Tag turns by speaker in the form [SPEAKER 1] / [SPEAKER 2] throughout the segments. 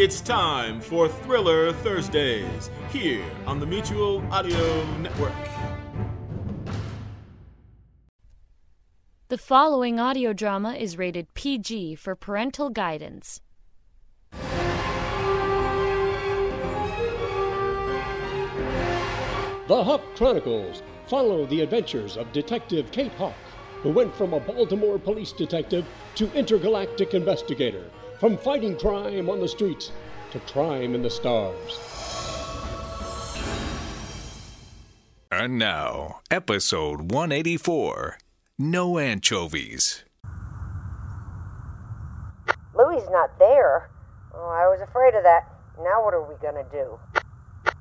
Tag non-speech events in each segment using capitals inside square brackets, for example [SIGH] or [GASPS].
[SPEAKER 1] It's time for Thriller Thursdays here on the Mutual Audio Network.
[SPEAKER 2] The following audio drama is rated PG for parental guidance.
[SPEAKER 3] The Hawk Chronicles follow the adventures of Detective Kate Hawk, who went from a Baltimore police detective to intergalactic investigator, from fighting crime on the streets to crime in the stars.
[SPEAKER 4] And now, episode 184 No Anchovies.
[SPEAKER 5] Louie's not there. Oh, I was afraid of that. Now what are we gonna do?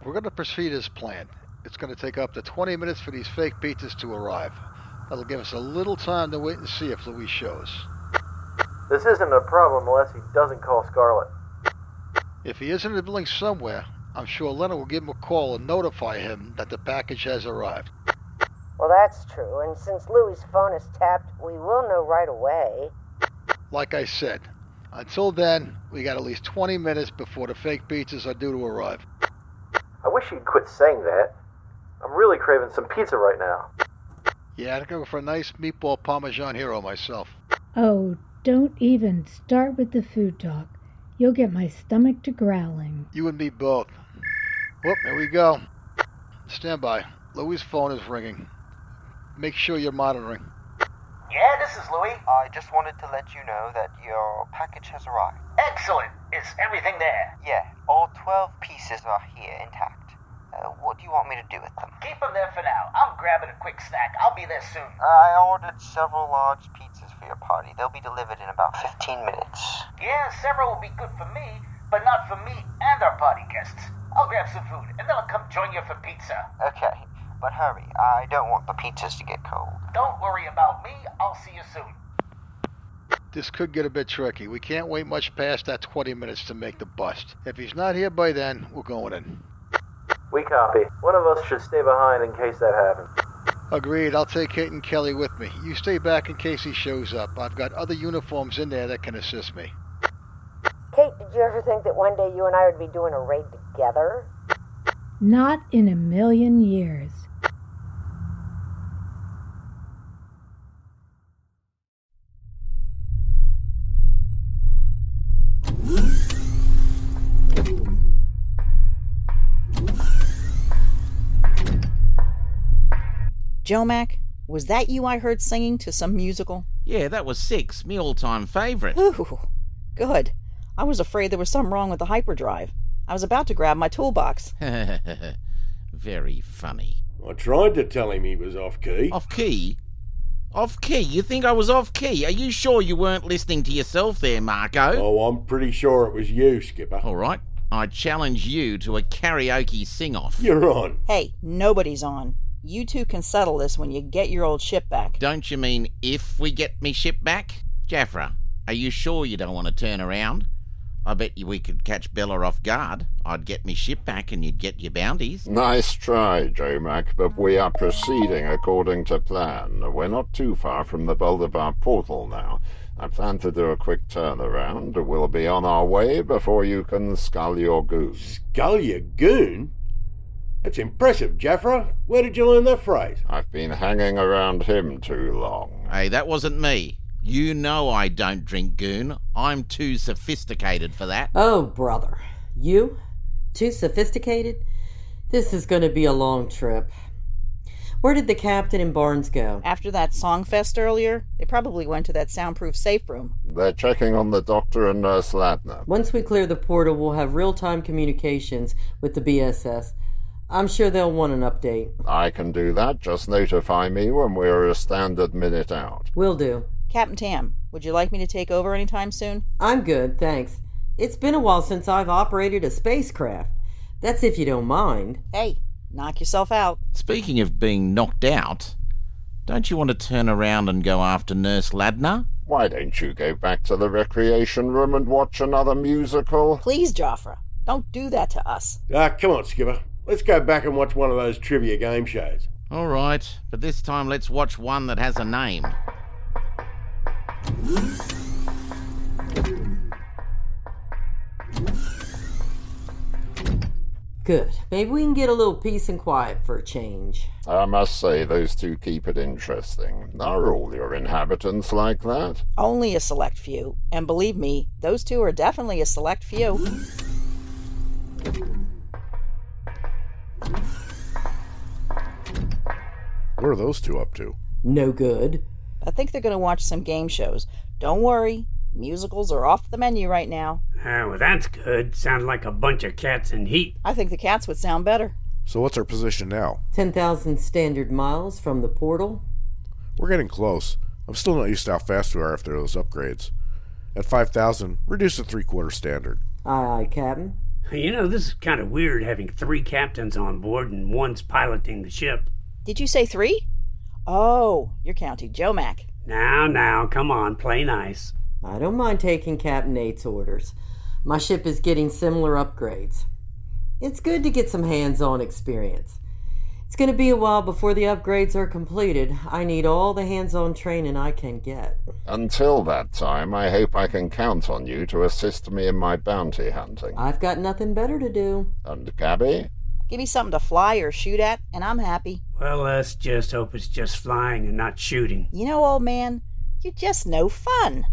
[SPEAKER 6] We're going to proceed as planned. It's going to take up to 20 minutes for these fake pizzas to arrive. That'll give us a little time to wait and see if Louis shows.
[SPEAKER 7] This isn't a problem unless he doesn't call Scarlet.
[SPEAKER 6] If he isn't in the building somewhere, I'm sure Leonard will give him a call and notify him that the package has arrived.
[SPEAKER 5] Well, that's true, and since Louie's phone is tapped, we will know right away.
[SPEAKER 6] Like I said, until then, we got at least 20 minutes before the fake pizzas are due to arrive.
[SPEAKER 7] I wish he'd quit saying that. I'm really craving some pizza right now.
[SPEAKER 6] Yeah, I'd go for a nice meatball parmesan hero myself.
[SPEAKER 8] Oh, don't even start with the food talk. You'll get my stomach to growling.
[SPEAKER 6] You and me both. Whoop, here we go. Stand by. Louis' phone is ringing. Make sure you're monitoring.
[SPEAKER 9] Yeah, this is Louis.
[SPEAKER 10] I just wanted to let you know that your package has arrived.
[SPEAKER 9] Excellent. Is everything there?
[SPEAKER 10] Yeah, all 12 pieces are here intact. Uh, what do you want me to do with them?
[SPEAKER 9] Keep them there for now. I'm grabbing a quick snack. I'll be there soon.
[SPEAKER 10] I ordered several large pizzas for your party. They'll be delivered in about 15 minutes.
[SPEAKER 9] Yeah, several will be good for me, but not for me and our party guests. I'll grab some food, and then I'll come join you for pizza.
[SPEAKER 10] Okay, but hurry. I don't want the pizzas to get cold.
[SPEAKER 9] Don't worry about me. I'll see you soon.
[SPEAKER 6] This could get a bit tricky. We can't wait much past that 20 minutes to make the bust. If he's not here by then, we're going in.
[SPEAKER 7] We copy. One of us should stay behind in case that happens.
[SPEAKER 6] Agreed. I'll take Kate and Kelly with me. You stay back in case he shows up. I've got other uniforms in there that can assist me.
[SPEAKER 5] Kate, did you ever think that one day you and I would be doing a raid together?
[SPEAKER 8] Not in a million years.
[SPEAKER 11] Jomac, was that you I heard singing to some musical?
[SPEAKER 12] Yeah, that was six, me all time favorite.
[SPEAKER 11] Ooh, good. I was afraid there was something wrong with the hyperdrive. I was about to grab my toolbox.
[SPEAKER 12] [LAUGHS] Very funny.
[SPEAKER 13] I tried to tell him he was off key.
[SPEAKER 12] Off key? Off key? You think I was off key? Are you sure you weren't listening to yourself there, Marco?
[SPEAKER 13] Oh, I'm pretty sure it was you, Skipper.
[SPEAKER 12] All right. I challenge you to a karaoke sing off.
[SPEAKER 13] You're on.
[SPEAKER 11] Hey, nobody's on. You two can settle this when you get your old ship back.
[SPEAKER 12] Don't you mean if we get me ship back? Jaffra, are you sure you don't want to turn around? I bet you we could catch Bella off guard. I'd get me ship back and you'd get your bounties.
[SPEAKER 14] Nice try, Jomac, but we are proceeding according to plan. We're not too far from the Bolivar portal now. I plan to do a quick turnaround. We'll be on our way before you can scull your goon.
[SPEAKER 13] Scull your goon? That's impressive, Jaffra. Where did you learn that phrase?
[SPEAKER 14] I've been hanging around him too long.
[SPEAKER 12] Hey, that wasn't me. You know I don't drink goon. I'm too sophisticated for that.
[SPEAKER 15] Oh, brother. You? Too sophisticated? This is going to be a long trip. Where did the captain and Barnes go?
[SPEAKER 11] After that song fest earlier, they probably went to that soundproof safe room.
[SPEAKER 14] They're checking on the doctor and Nurse Ladner.
[SPEAKER 15] Once we clear the portal, we'll have real time communications with the BSS. I'm sure they'll want an update.
[SPEAKER 14] I can do that. Just notify me when we're a standard minute out.
[SPEAKER 15] Will do.
[SPEAKER 11] Captain Tam, would you like me to take over anytime soon?
[SPEAKER 15] I'm good, thanks. It's been a while since I've operated a spacecraft. That's if you don't mind.
[SPEAKER 11] Hey, knock yourself out.
[SPEAKER 12] Speaking of being knocked out, don't you want to turn around and go after Nurse Ladner?
[SPEAKER 14] Why don't you go back to the recreation room and watch another musical?
[SPEAKER 11] Please, Joffre, don't do that to us.
[SPEAKER 13] Ah, come on, Skipper. Let's go back and watch one of those trivia game shows.
[SPEAKER 12] All right, but this time let's watch one that has a name.
[SPEAKER 15] Good. Maybe we can get a little peace and quiet for a change.
[SPEAKER 14] I must say, those two keep it interesting. Are all your inhabitants like that?
[SPEAKER 11] Only a select few. And believe me, those two are definitely a select few.
[SPEAKER 16] What are those two up to?
[SPEAKER 15] No good.
[SPEAKER 11] I think they're going to watch some game shows. Don't worry, musicals are off the menu right now.
[SPEAKER 17] Oh, well, that's good. Sounds like a bunch of cats in heat.
[SPEAKER 11] I think the cats would sound better.
[SPEAKER 16] So, what's our position now?
[SPEAKER 15] 10,000 standard miles from the portal.
[SPEAKER 16] We're getting close. I'm still not used to how fast we are after those upgrades. At 5,000, reduce to three quarter standard.
[SPEAKER 15] Aye, aye, Captain.
[SPEAKER 17] You know, this is kind of weird having three captains on board and one's piloting the ship.
[SPEAKER 11] Did you say three? Oh, you're counting Jomac.
[SPEAKER 17] Now, now, come on, play nice.
[SPEAKER 15] I don't mind taking Captain Eight's orders. My ship is getting similar upgrades. It's good to get some hands on experience. It's going to be a while before the upgrades are completed. I need all the hands on training I can get.
[SPEAKER 14] Until that time, I hope I can count on you to assist me in my bounty hunting.
[SPEAKER 15] I've got nothing better to do.
[SPEAKER 14] And Gabby?
[SPEAKER 11] Give me something to fly or shoot at, and I'm happy.
[SPEAKER 17] Well, let's just hope it's just flying and not shooting.
[SPEAKER 11] You know, old man, you're just no fun.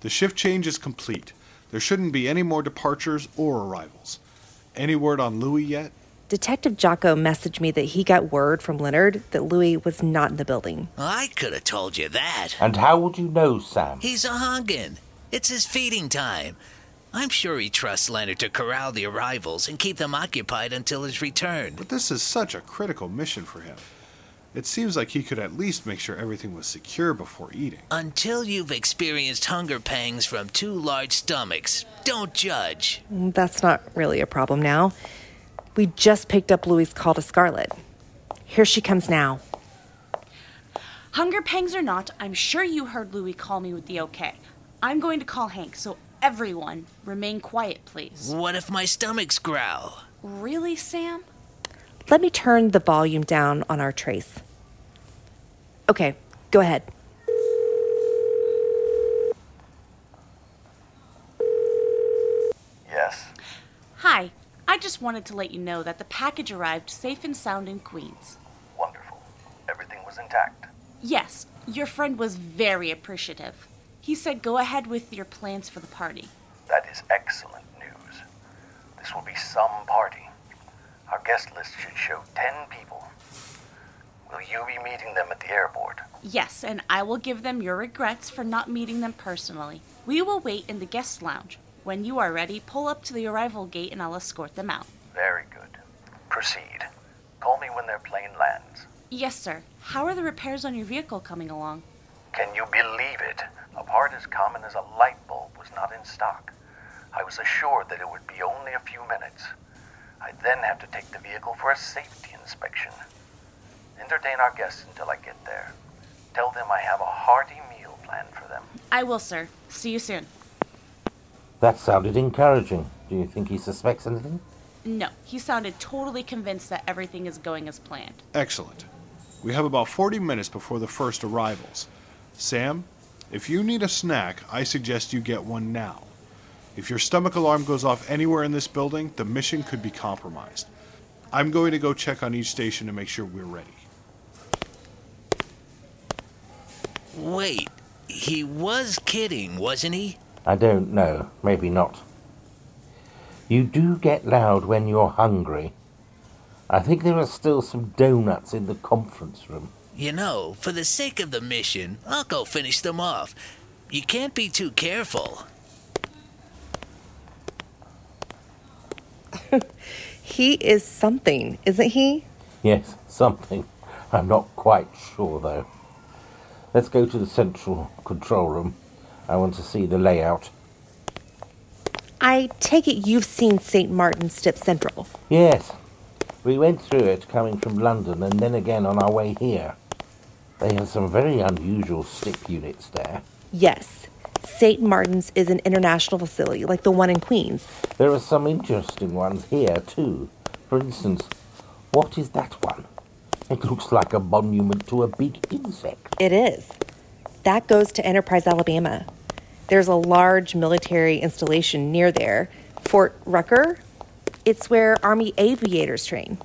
[SPEAKER 18] The shift change is complete. There shouldn't be any more departures or arrivals. Any word on Louis yet?
[SPEAKER 19] Detective Jocko messaged me that he got word from Leonard that Louis was not in the building.
[SPEAKER 20] I could have told you that.
[SPEAKER 21] And how would you know, Sam?
[SPEAKER 20] He's a Hongan. It's his feeding time. I'm sure he trusts Leonard to corral the arrivals and keep them occupied until his return.
[SPEAKER 18] But this is such a critical mission for him. It seems like he could at least make sure everything was secure before eating.
[SPEAKER 20] Until you've experienced hunger pangs from two large stomachs, don't judge.
[SPEAKER 19] That's not really a problem now. We just picked up Louis' call to Scarlet. Here she comes now.
[SPEAKER 22] Hunger pangs or not, I'm sure you heard Louis call me with the okay. I'm going to call Hank, so everyone remain quiet, please.
[SPEAKER 20] What if my stomachs growl?
[SPEAKER 22] Really, Sam?
[SPEAKER 19] Let me turn the volume down on our trace. Okay, go ahead.
[SPEAKER 21] Yes.
[SPEAKER 22] Hi, I just wanted to let you know that the package arrived safe and sound in Queens.
[SPEAKER 21] Wonderful. Everything was intact.
[SPEAKER 22] Yes, your friend was very appreciative. He said go ahead with your plans for the party.
[SPEAKER 21] That is excellent news. This will be some party. Our guest list should show 10 people. Will you be meeting them at the airport?
[SPEAKER 22] Yes, and I will give them your regrets for not meeting them personally. We will wait in the guest lounge. When you are ready, pull up to the arrival gate and I'll escort them out.
[SPEAKER 21] Very good. Proceed. Call me when their plane lands.
[SPEAKER 22] Yes, sir. How are the repairs on your vehicle coming along?
[SPEAKER 21] Can you believe it? A part as common as a light bulb was not in stock. I was assured that it would be only a few minutes. I then have to take the vehicle for a safety inspection. Entertain our guests until I get there. Tell them I have a hearty meal planned for them.
[SPEAKER 22] I will, sir. See you soon.
[SPEAKER 21] That sounded encouraging. Do you think he suspects anything?
[SPEAKER 22] No, he sounded totally convinced that everything is going as planned.
[SPEAKER 18] Excellent. We have about 40 minutes before the first arrivals. Sam, if you need a snack, I suggest you get one now. If your stomach alarm goes off anywhere in this building, the mission could be compromised. I'm going to go check on each station to make sure we're ready.
[SPEAKER 20] Wait, he was kidding, wasn't he?
[SPEAKER 21] I don't know. Maybe not. You do get loud when you're hungry. I think there are still some donuts in the conference room.
[SPEAKER 20] You know, for the sake of the mission, I'll go finish them off. You can't be too careful.
[SPEAKER 19] He is something, isn't he?
[SPEAKER 21] Yes, something.
[SPEAKER 1] I'm not quite sure, though. Let's go to the central control room. I want to see the layout.
[SPEAKER 2] I take it you've seen St. Martin's Step Central.
[SPEAKER 1] Yes, we went through it coming from London and then again on our way here. They have some very unusual stick units there.
[SPEAKER 2] Yes, St. Martin's is an international facility like the one in Queens.
[SPEAKER 1] There are some interesting ones here, too. For instance, what is that one? It looks like a monument to a big insect.
[SPEAKER 2] It is. That goes to Enterprise, Alabama. There's a large military installation near there, Fort Rucker. It's where Army aviators train.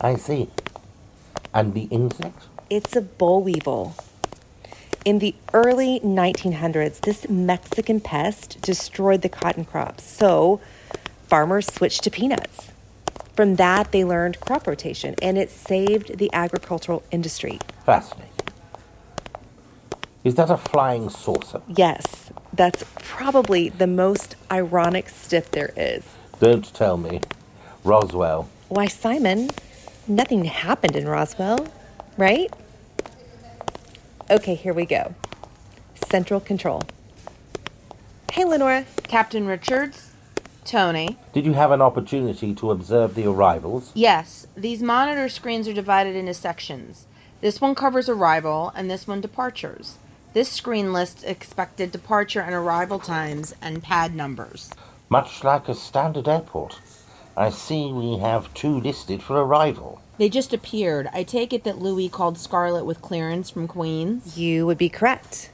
[SPEAKER 1] I see. And the insect?
[SPEAKER 2] It's a boll weevil. In the early 1900s, this Mexican pest destroyed the cotton crops, so farmers switched to peanuts. From that, they learned crop rotation, and it saved the agricultural industry.
[SPEAKER 1] Fascinating. Is that a flying saucer?
[SPEAKER 2] Yes, that's probably the most ironic stiff there is.
[SPEAKER 1] Don't tell me. Roswell.
[SPEAKER 2] Why, Simon, nothing happened in Roswell, right? Okay, here we go. Central control.
[SPEAKER 23] Hey, Lenora. Captain Richards. Tony.
[SPEAKER 1] Did you have an opportunity to observe the arrivals?
[SPEAKER 23] Yes, these monitor screens are divided into sections. This one covers arrival, and this one departures. This screen lists expected departure and arrival times and pad numbers.
[SPEAKER 1] Much like a standard airport. I see we have two listed for arrival.
[SPEAKER 23] They just appeared. I take it that Louis called Scarlet with clearance from Queens.
[SPEAKER 2] You would be correct.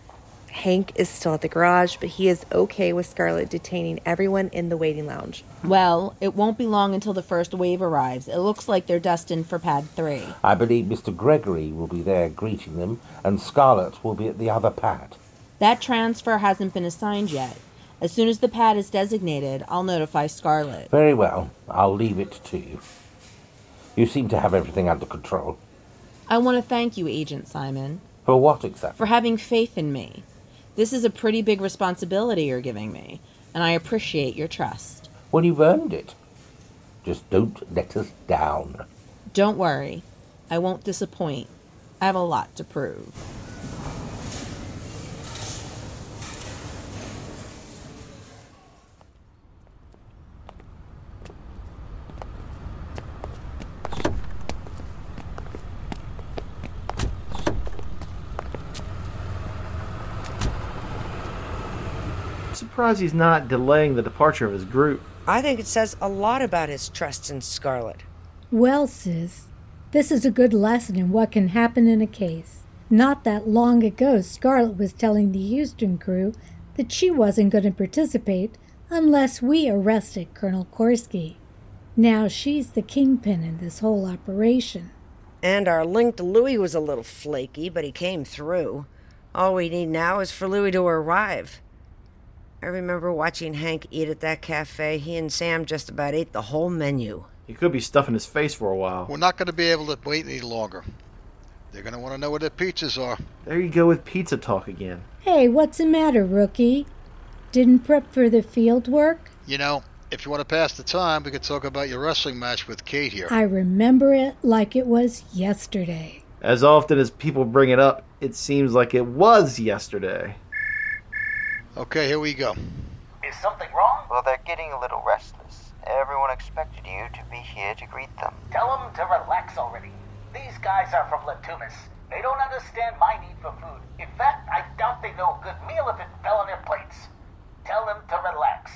[SPEAKER 2] Hank is still at the garage, but he is okay with Scarlet detaining everyone in the waiting lounge.
[SPEAKER 23] Well, it won't be long until the first wave arrives. It looks like they're destined for pad three.
[SPEAKER 1] I believe Mr. Gregory will be there greeting them, and Scarlet will be at the other pad.
[SPEAKER 23] That transfer hasn't been assigned yet. As soon as the pad is designated, I'll notify Scarlet.
[SPEAKER 1] Very well. I'll leave it to you. You seem to have everything under control.
[SPEAKER 23] I want to thank you, Agent Simon.
[SPEAKER 1] For what exactly?
[SPEAKER 23] For having faith in me. This is a pretty big responsibility you're giving me, and I appreciate your trust.
[SPEAKER 1] Well, you've earned it. Just don't let us down.
[SPEAKER 23] Don't worry. I won't disappoint. I have a lot to prove.
[SPEAKER 24] surprised he's not delaying the departure of his group.
[SPEAKER 25] I think it says a lot about his trust in Scarlet.
[SPEAKER 8] Well, sis, this is a good lesson in what can happen in a case. Not that long ago, Scarlet was telling the Houston crew that she wasn't going to participate unless we arrested Colonel Korsky. Now she's the kingpin in this whole operation.
[SPEAKER 25] And our link to Louis was a little flaky, but he came through. All we need now is for Louis to arrive. I remember watching Hank eat at that cafe. He and Sam just about ate the whole menu.
[SPEAKER 24] He could be stuffing his face for a while.
[SPEAKER 6] We're not going to be able to wait any longer. They're going to want to know where their pizzas are.
[SPEAKER 24] There you go with pizza talk again.
[SPEAKER 8] Hey, what's the matter, rookie? Didn't prep for the field work?
[SPEAKER 6] You know, if you want to pass the time, we could talk about your wrestling match with Kate here.
[SPEAKER 8] I remember it like it was yesterday.
[SPEAKER 24] As often as people bring it up, it seems like it was yesterday.
[SPEAKER 6] Okay, here we go.
[SPEAKER 9] Is something wrong?
[SPEAKER 10] Well, they're getting a little restless. Everyone expected you to be here to greet them.
[SPEAKER 9] Tell them to relax already. These guys are from Latumis. They don't understand my need for food. In fact, I doubt they know a good meal if it fell on their plates. Tell them to relax.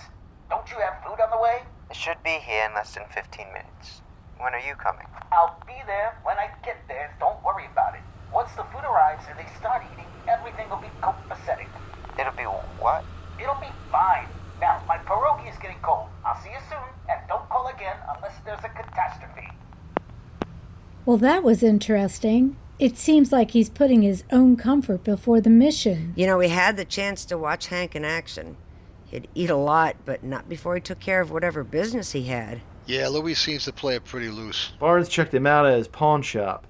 [SPEAKER 9] Don't you have food on the way?
[SPEAKER 10] It should be here in less than 15 minutes. When are you coming?
[SPEAKER 9] I'll be there when I get there. Don't worry about it. Once the food arrives and they start eating, everything will be copacetic.
[SPEAKER 10] It'll be what?
[SPEAKER 9] It'll be fine. Now, my pierogi is getting cold. I'll see you soon, and don't call again unless there's a catastrophe.
[SPEAKER 8] Well, that was interesting. It seems like he's putting his own comfort before the mission.
[SPEAKER 25] You know, we had the chance to watch Hank in action. He'd eat a lot, but not before he took care of whatever business he had.
[SPEAKER 6] Yeah, Louis seems to play it pretty loose.
[SPEAKER 24] Barnes checked him out at his pawn shop.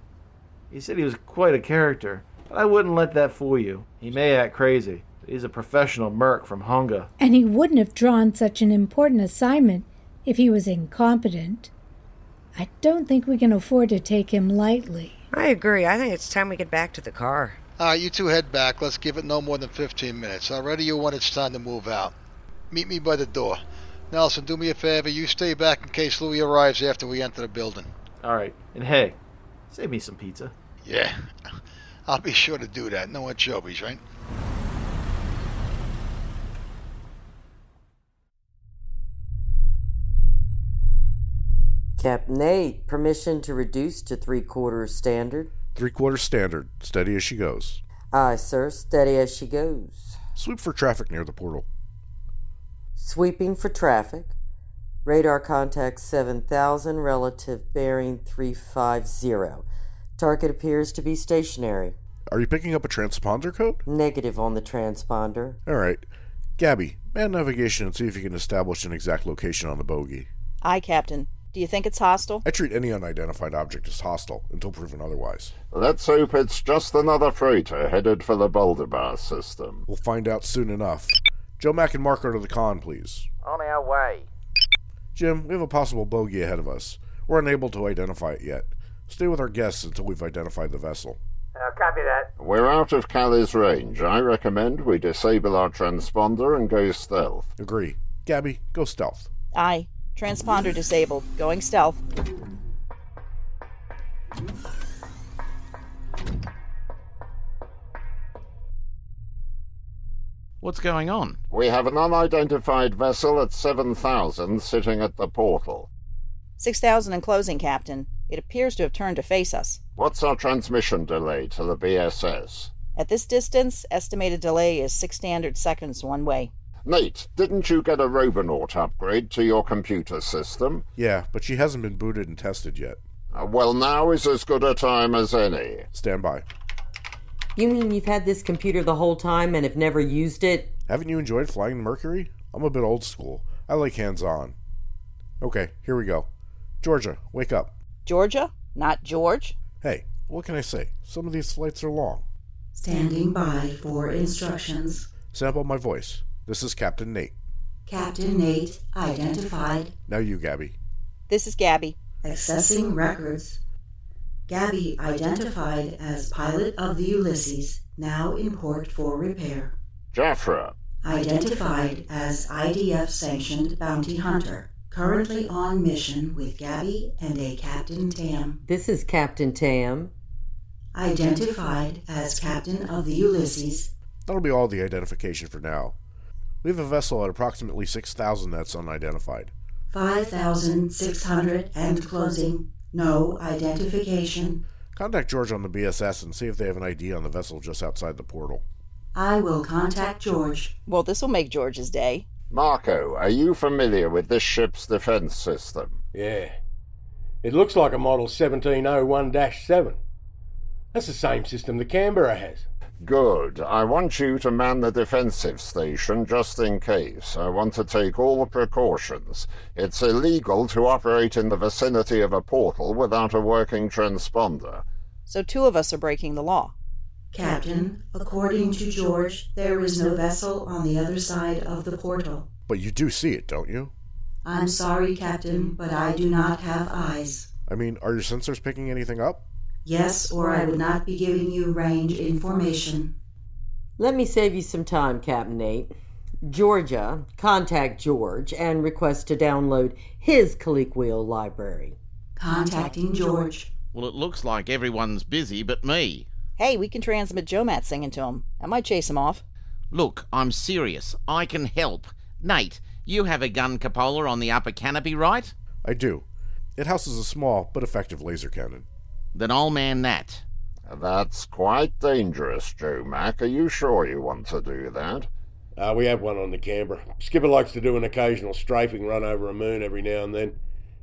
[SPEAKER 24] He said he was quite a character, but I wouldn't let that fool you. He may act crazy, He's a professional merc from Honga.
[SPEAKER 8] And he wouldn't have drawn such an important assignment if he was incompetent. I don't think we can afford to take him lightly.
[SPEAKER 25] I agree. I think it's time we get back to the car.
[SPEAKER 6] All right, you two head back. Let's give it no more than 15 minutes. Already you one, it's time to move out. Meet me by the door. Nelson, do me a favor. You stay back in case Louis arrives after we enter the building.
[SPEAKER 24] All right. And hey, save me some pizza.
[SPEAKER 6] Yeah, I'll be sure to do that. No anchovies, right?
[SPEAKER 15] Captain Nate, permission to reduce to three quarters standard.
[SPEAKER 16] Three quarters standard, steady as she goes.
[SPEAKER 15] Aye, sir, steady as she goes.
[SPEAKER 16] Sweep for traffic near the portal.
[SPEAKER 15] Sweeping for traffic. Radar contact 7000, relative bearing 350. Target appears to be stationary.
[SPEAKER 16] Are you picking up a transponder code?
[SPEAKER 15] Negative on the transponder.
[SPEAKER 16] All right. Gabby, man navigation and see if you can establish an exact location on the bogey.
[SPEAKER 11] Aye, Captain. Do you think it's hostile?
[SPEAKER 16] I treat any unidentified object as hostile until proven otherwise.
[SPEAKER 14] Let's hope it's just another freighter headed for the Baldabar system.
[SPEAKER 16] We'll find out soon enough. Joe Mack and Marco to the con, please.
[SPEAKER 3] On our way.
[SPEAKER 16] Jim, we have a possible bogey ahead of us. We're unable to identify it yet. Stay with our guests until we've identified the vessel.
[SPEAKER 3] Uh, copy that.
[SPEAKER 14] We're out of Callie's range. I recommend we disable our transponder and go stealth.
[SPEAKER 16] Agree. Gabby, go stealth.
[SPEAKER 11] Aye. Transponder disabled. Going stealth.
[SPEAKER 12] What's going on?
[SPEAKER 14] We have an unidentified vessel at 7,000 sitting at the portal.
[SPEAKER 11] 6,000 in closing, Captain. It appears to have turned to face us.
[SPEAKER 14] What's our transmission delay to the BSS?
[SPEAKER 11] At this distance, estimated delay is six standard seconds one way.
[SPEAKER 14] Nate, didn't you get a Robonaut upgrade to your computer system?
[SPEAKER 16] Yeah, but she hasn't been booted and tested yet.
[SPEAKER 14] Uh, well, now is as good a time as any.
[SPEAKER 16] Stand by.
[SPEAKER 15] You mean you've had this computer the whole time and have never used it?
[SPEAKER 16] Haven't you enjoyed flying Mercury? I'm a bit old school. I like hands on. Okay, here we go. Georgia, wake up.
[SPEAKER 11] Georgia? Not George?
[SPEAKER 16] Hey, what can I say? Some of these flights are long.
[SPEAKER 4] Standing by for instructions.
[SPEAKER 16] Sample my voice. This is Captain Nate.
[SPEAKER 4] Captain Nate identified.
[SPEAKER 16] Now you, Gabby.
[SPEAKER 11] This is Gabby.
[SPEAKER 4] Accessing records. Gabby identified as pilot of the Ulysses, now in port for repair.
[SPEAKER 14] Jaffra,
[SPEAKER 4] Identified as IDF sanctioned bounty hunter. Currently on mission with Gabby and a Captain Tam.
[SPEAKER 15] This is Captain Tam.
[SPEAKER 4] Identified as captain of the Ulysses.
[SPEAKER 16] That'll be all the identification for now. We have a vessel at approximately 6,000 that's unidentified.
[SPEAKER 4] 5,600 and closing. No identification.
[SPEAKER 16] Contact George on the BSS and see if they have an ID on the vessel just outside the portal.
[SPEAKER 4] I will contact George.
[SPEAKER 11] Well, this will make George's day.
[SPEAKER 14] Marco, are you familiar with this ship's defense system?
[SPEAKER 5] Yeah. It looks like a model 1701 7. That's the same system the Canberra has.
[SPEAKER 14] Good. I want you to man the defensive station just in case. I want to take all precautions. It's illegal to operate in the vicinity of a portal without a working transponder.
[SPEAKER 11] So two of us are breaking the law.
[SPEAKER 4] Captain, according to George, there is no vessel on the other side of the portal.
[SPEAKER 16] But you do see it, don't you?
[SPEAKER 4] I'm sorry, Captain, but I do not have eyes.
[SPEAKER 16] I mean, are your sensors picking anything up?
[SPEAKER 4] Yes, or I would not be giving you range information.
[SPEAKER 15] Let me save you some time, Captain Nate. Georgia, contact George and request to download his colloquial library.
[SPEAKER 4] Contacting George.
[SPEAKER 12] Well, it looks like everyone's busy but me.
[SPEAKER 11] Hey, we can transmit Jomat singing to him. I might chase him off.
[SPEAKER 12] Look, I'm serious. I can help. Nate, you have a gun cupola on the upper canopy, right?
[SPEAKER 16] I do. It houses a small but effective laser cannon.
[SPEAKER 12] Then I'll man that.
[SPEAKER 14] That's quite dangerous, Joe Mac. Are you sure you want to do that?
[SPEAKER 5] Uh, we have one on the Canberra. Skipper likes to do an occasional strafing run over a moon every now and then.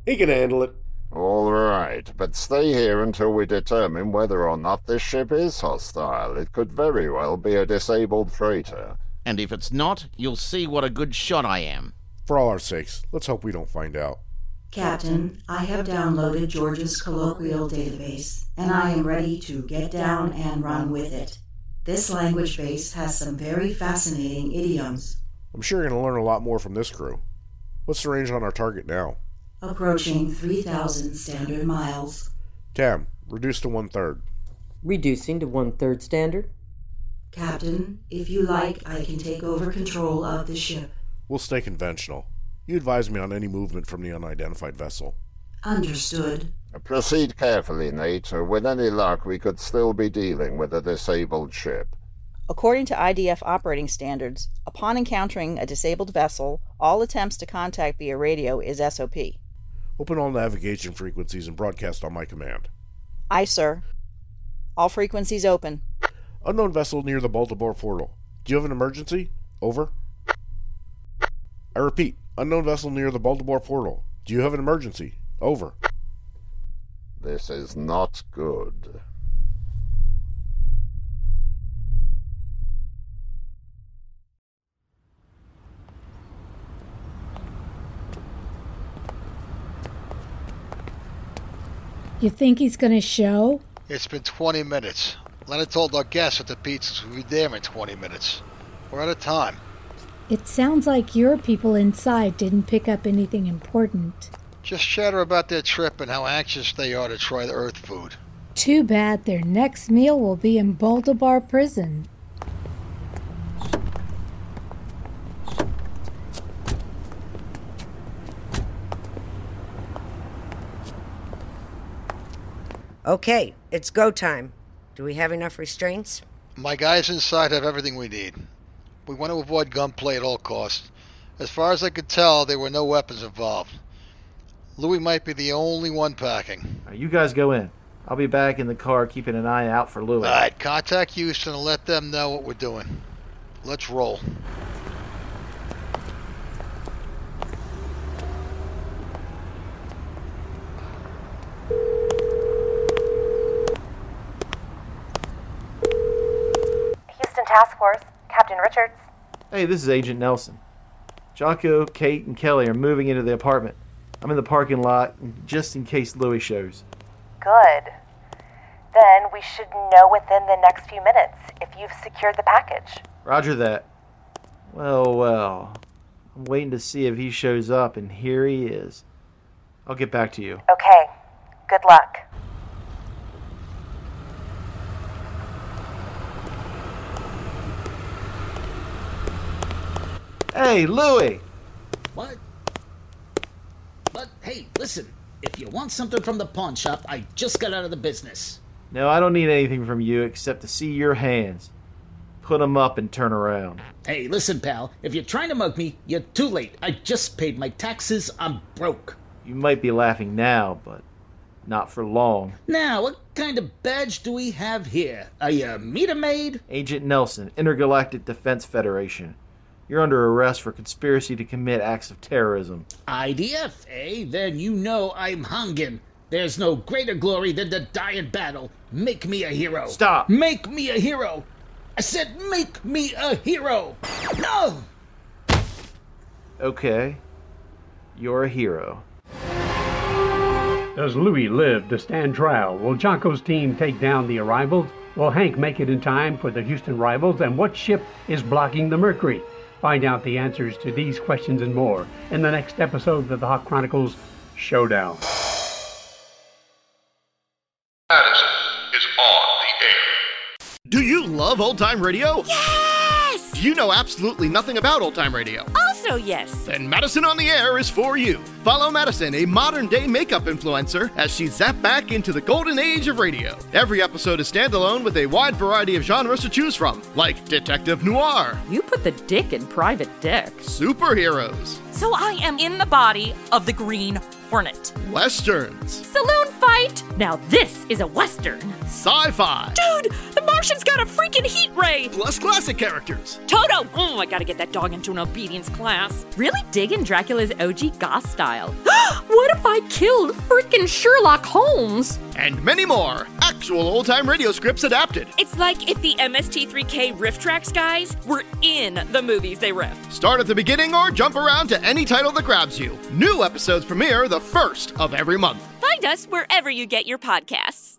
[SPEAKER 5] He can handle it.
[SPEAKER 14] All right, but stay here until we determine whether or not this ship is hostile. It could very well be a disabled freighter.
[SPEAKER 12] And if it's not, you'll see what a good shot I am.
[SPEAKER 16] For all our sakes, let's hope we don't find out.
[SPEAKER 4] Captain, I have downloaded George's colloquial database, and I am ready to get down and run with it. This language base has some very fascinating idioms.
[SPEAKER 16] I'm sure you're going to learn a lot more from this crew. What's the range on our target now?
[SPEAKER 4] Approaching 3,000 standard miles.
[SPEAKER 16] Tam, Reduce to one third.
[SPEAKER 15] Reducing to one third standard.
[SPEAKER 4] Captain, if you like, I can take over control of the ship.
[SPEAKER 16] We'll stay conventional. You advise me on any movement from the unidentified vessel.
[SPEAKER 4] Understood.
[SPEAKER 14] Proceed carefully, Nate. With any luck, we could still be dealing with a disabled ship.
[SPEAKER 11] According to IDF operating standards, upon encountering a disabled vessel, all attempts to contact via radio is SOP.
[SPEAKER 16] Open all navigation frequencies and broadcast on my command.
[SPEAKER 11] Aye, sir. All frequencies open.
[SPEAKER 16] Unknown vessel near the Baltimore portal. Do you have an emergency? Over. I repeat, unknown vessel near the Baltimore portal. Do you have an emergency? Over.
[SPEAKER 14] This is not good.
[SPEAKER 8] You think he's going to show?
[SPEAKER 6] It's been 20 minutes. Leonard told our guests at the pizzas we'd be there in 20 minutes. We're out of time.
[SPEAKER 8] It sounds like your people inside didn't pick up anything important.
[SPEAKER 6] Just chatter about their trip and how anxious they are to try the Earth food.
[SPEAKER 8] Too bad their next meal will be in Boldabar prison.
[SPEAKER 25] Okay, it's go time. Do we have enough restraints?
[SPEAKER 6] My guys inside have everything we need. We want to avoid gunplay at all costs. As far as I could tell, there were no weapons involved. Louis might be the only one packing.
[SPEAKER 24] All right, you guys go in. I'll be back in the car keeping an eye out for Louis.
[SPEAKER 6] All right, contact Houston and let them know what we're doing. Let's roll.
[SPEAKER 2] Houston Task Force, Captain Richards.
[SPEAKER 24] Hey, this is Agent Nelson. Jocko, Kate, and Kelly are moving into the apartment. I'm in the parking lot just in case Louis shows.
[SPEAKER 2] Good. Then we should know within the next few minutes if you've secured the package.
[SPEAKER 24] Roger that. Well, well. I'm waiting to see if he shows up, and here he is. I'll get back to you.
[SPEAKER 2] Okay. Good luck.
[SPEAKER 24] Hey, Louis!
[SPEAKER 9] What? But hey, listen. If you want something from the pawn shop, I just got out of the business.
[SPEAKER 24] No, I don't need anything from you except to see your hands. Put 'em up and turn around.
[SPEAKER 9] Hey, listen, pal. If you're trying to mug me, you're too late. I just paid my taxes. I'm broke.
[SPEAKER 24] You might be laughing now, but not for long.
[SPEAKER 9] Now, what kind of badge do we have here? Are you a uh, meter maid?
[SPEAKER 24] Agent Nelson, Intergalactic Defense Federation. You're under arrest for conspiracy to commit acts of terrorism.
[SPEAKER 9] IDF, eh? Then you know I'm hungin'. There's no greater glory than to die in battle. Make me a hero.
[SPEAKER 24] Stop.
[SPEAKER 9] Make me a hero. I said, make me a hero. No!
[SPEAKER 24] Okay. You're a hero.
[SPEAKER 17] Does Louis live to stand trial? Will Jocko's team take down the arrivals? Will Hank make it in time for the Houston rivals? And what ship is blocking the Mercury? Find out the answers to these questions and more in the next episode of the Hawk Chronicles Showdown.
[SPEAKER 26] Madison is on the air.
[SPEAKER 27] Do you love old time radio? Yes! You know absolutely nothing about old time radio.
[SPEAKER 28] Also, yes.
[SPEAKER 27] Then Madison on the Air is for you. Follow Madison, a modern day makeup influencer, as she zapped back into the golden age of radio. Every episode is standalone with a wide variety of genres to choose from, like detective noir,
[SPEAKER 28] You put the dick in private dick.
[SPEAKER 27] superheroes,
[SPEAKER 28] So I am in the body of the Green Hornet.
[SPEAKER 27] westerns,
[SPEAKER 28] Saloon fight! Now this is a Western.
[SPEAKER 27] sci fi,
[SPEAKER 28] Dude, the Martian's got a freaking heat ray!
[SPEAKER 27] plus classic characters.
[SPEAKER 28] Toto! Oh, I gotta get that dog into an obedience class. Really digging Dracula's OG goth style. [GASPS] what if I killed freaking Sherlock Holmes?
[SPEAKER 27] And many more actual old time radio scripts adapted.
[SPEAKER 28] It's like if the MST3K riff tracks guys were in the movies they riff.
[SPEAKER 27] Start at the beginning or jump around to any title that grabs you. New episodes premiere the first of every month.
[SPEAKER 28] Find us wherever you get your podcasts.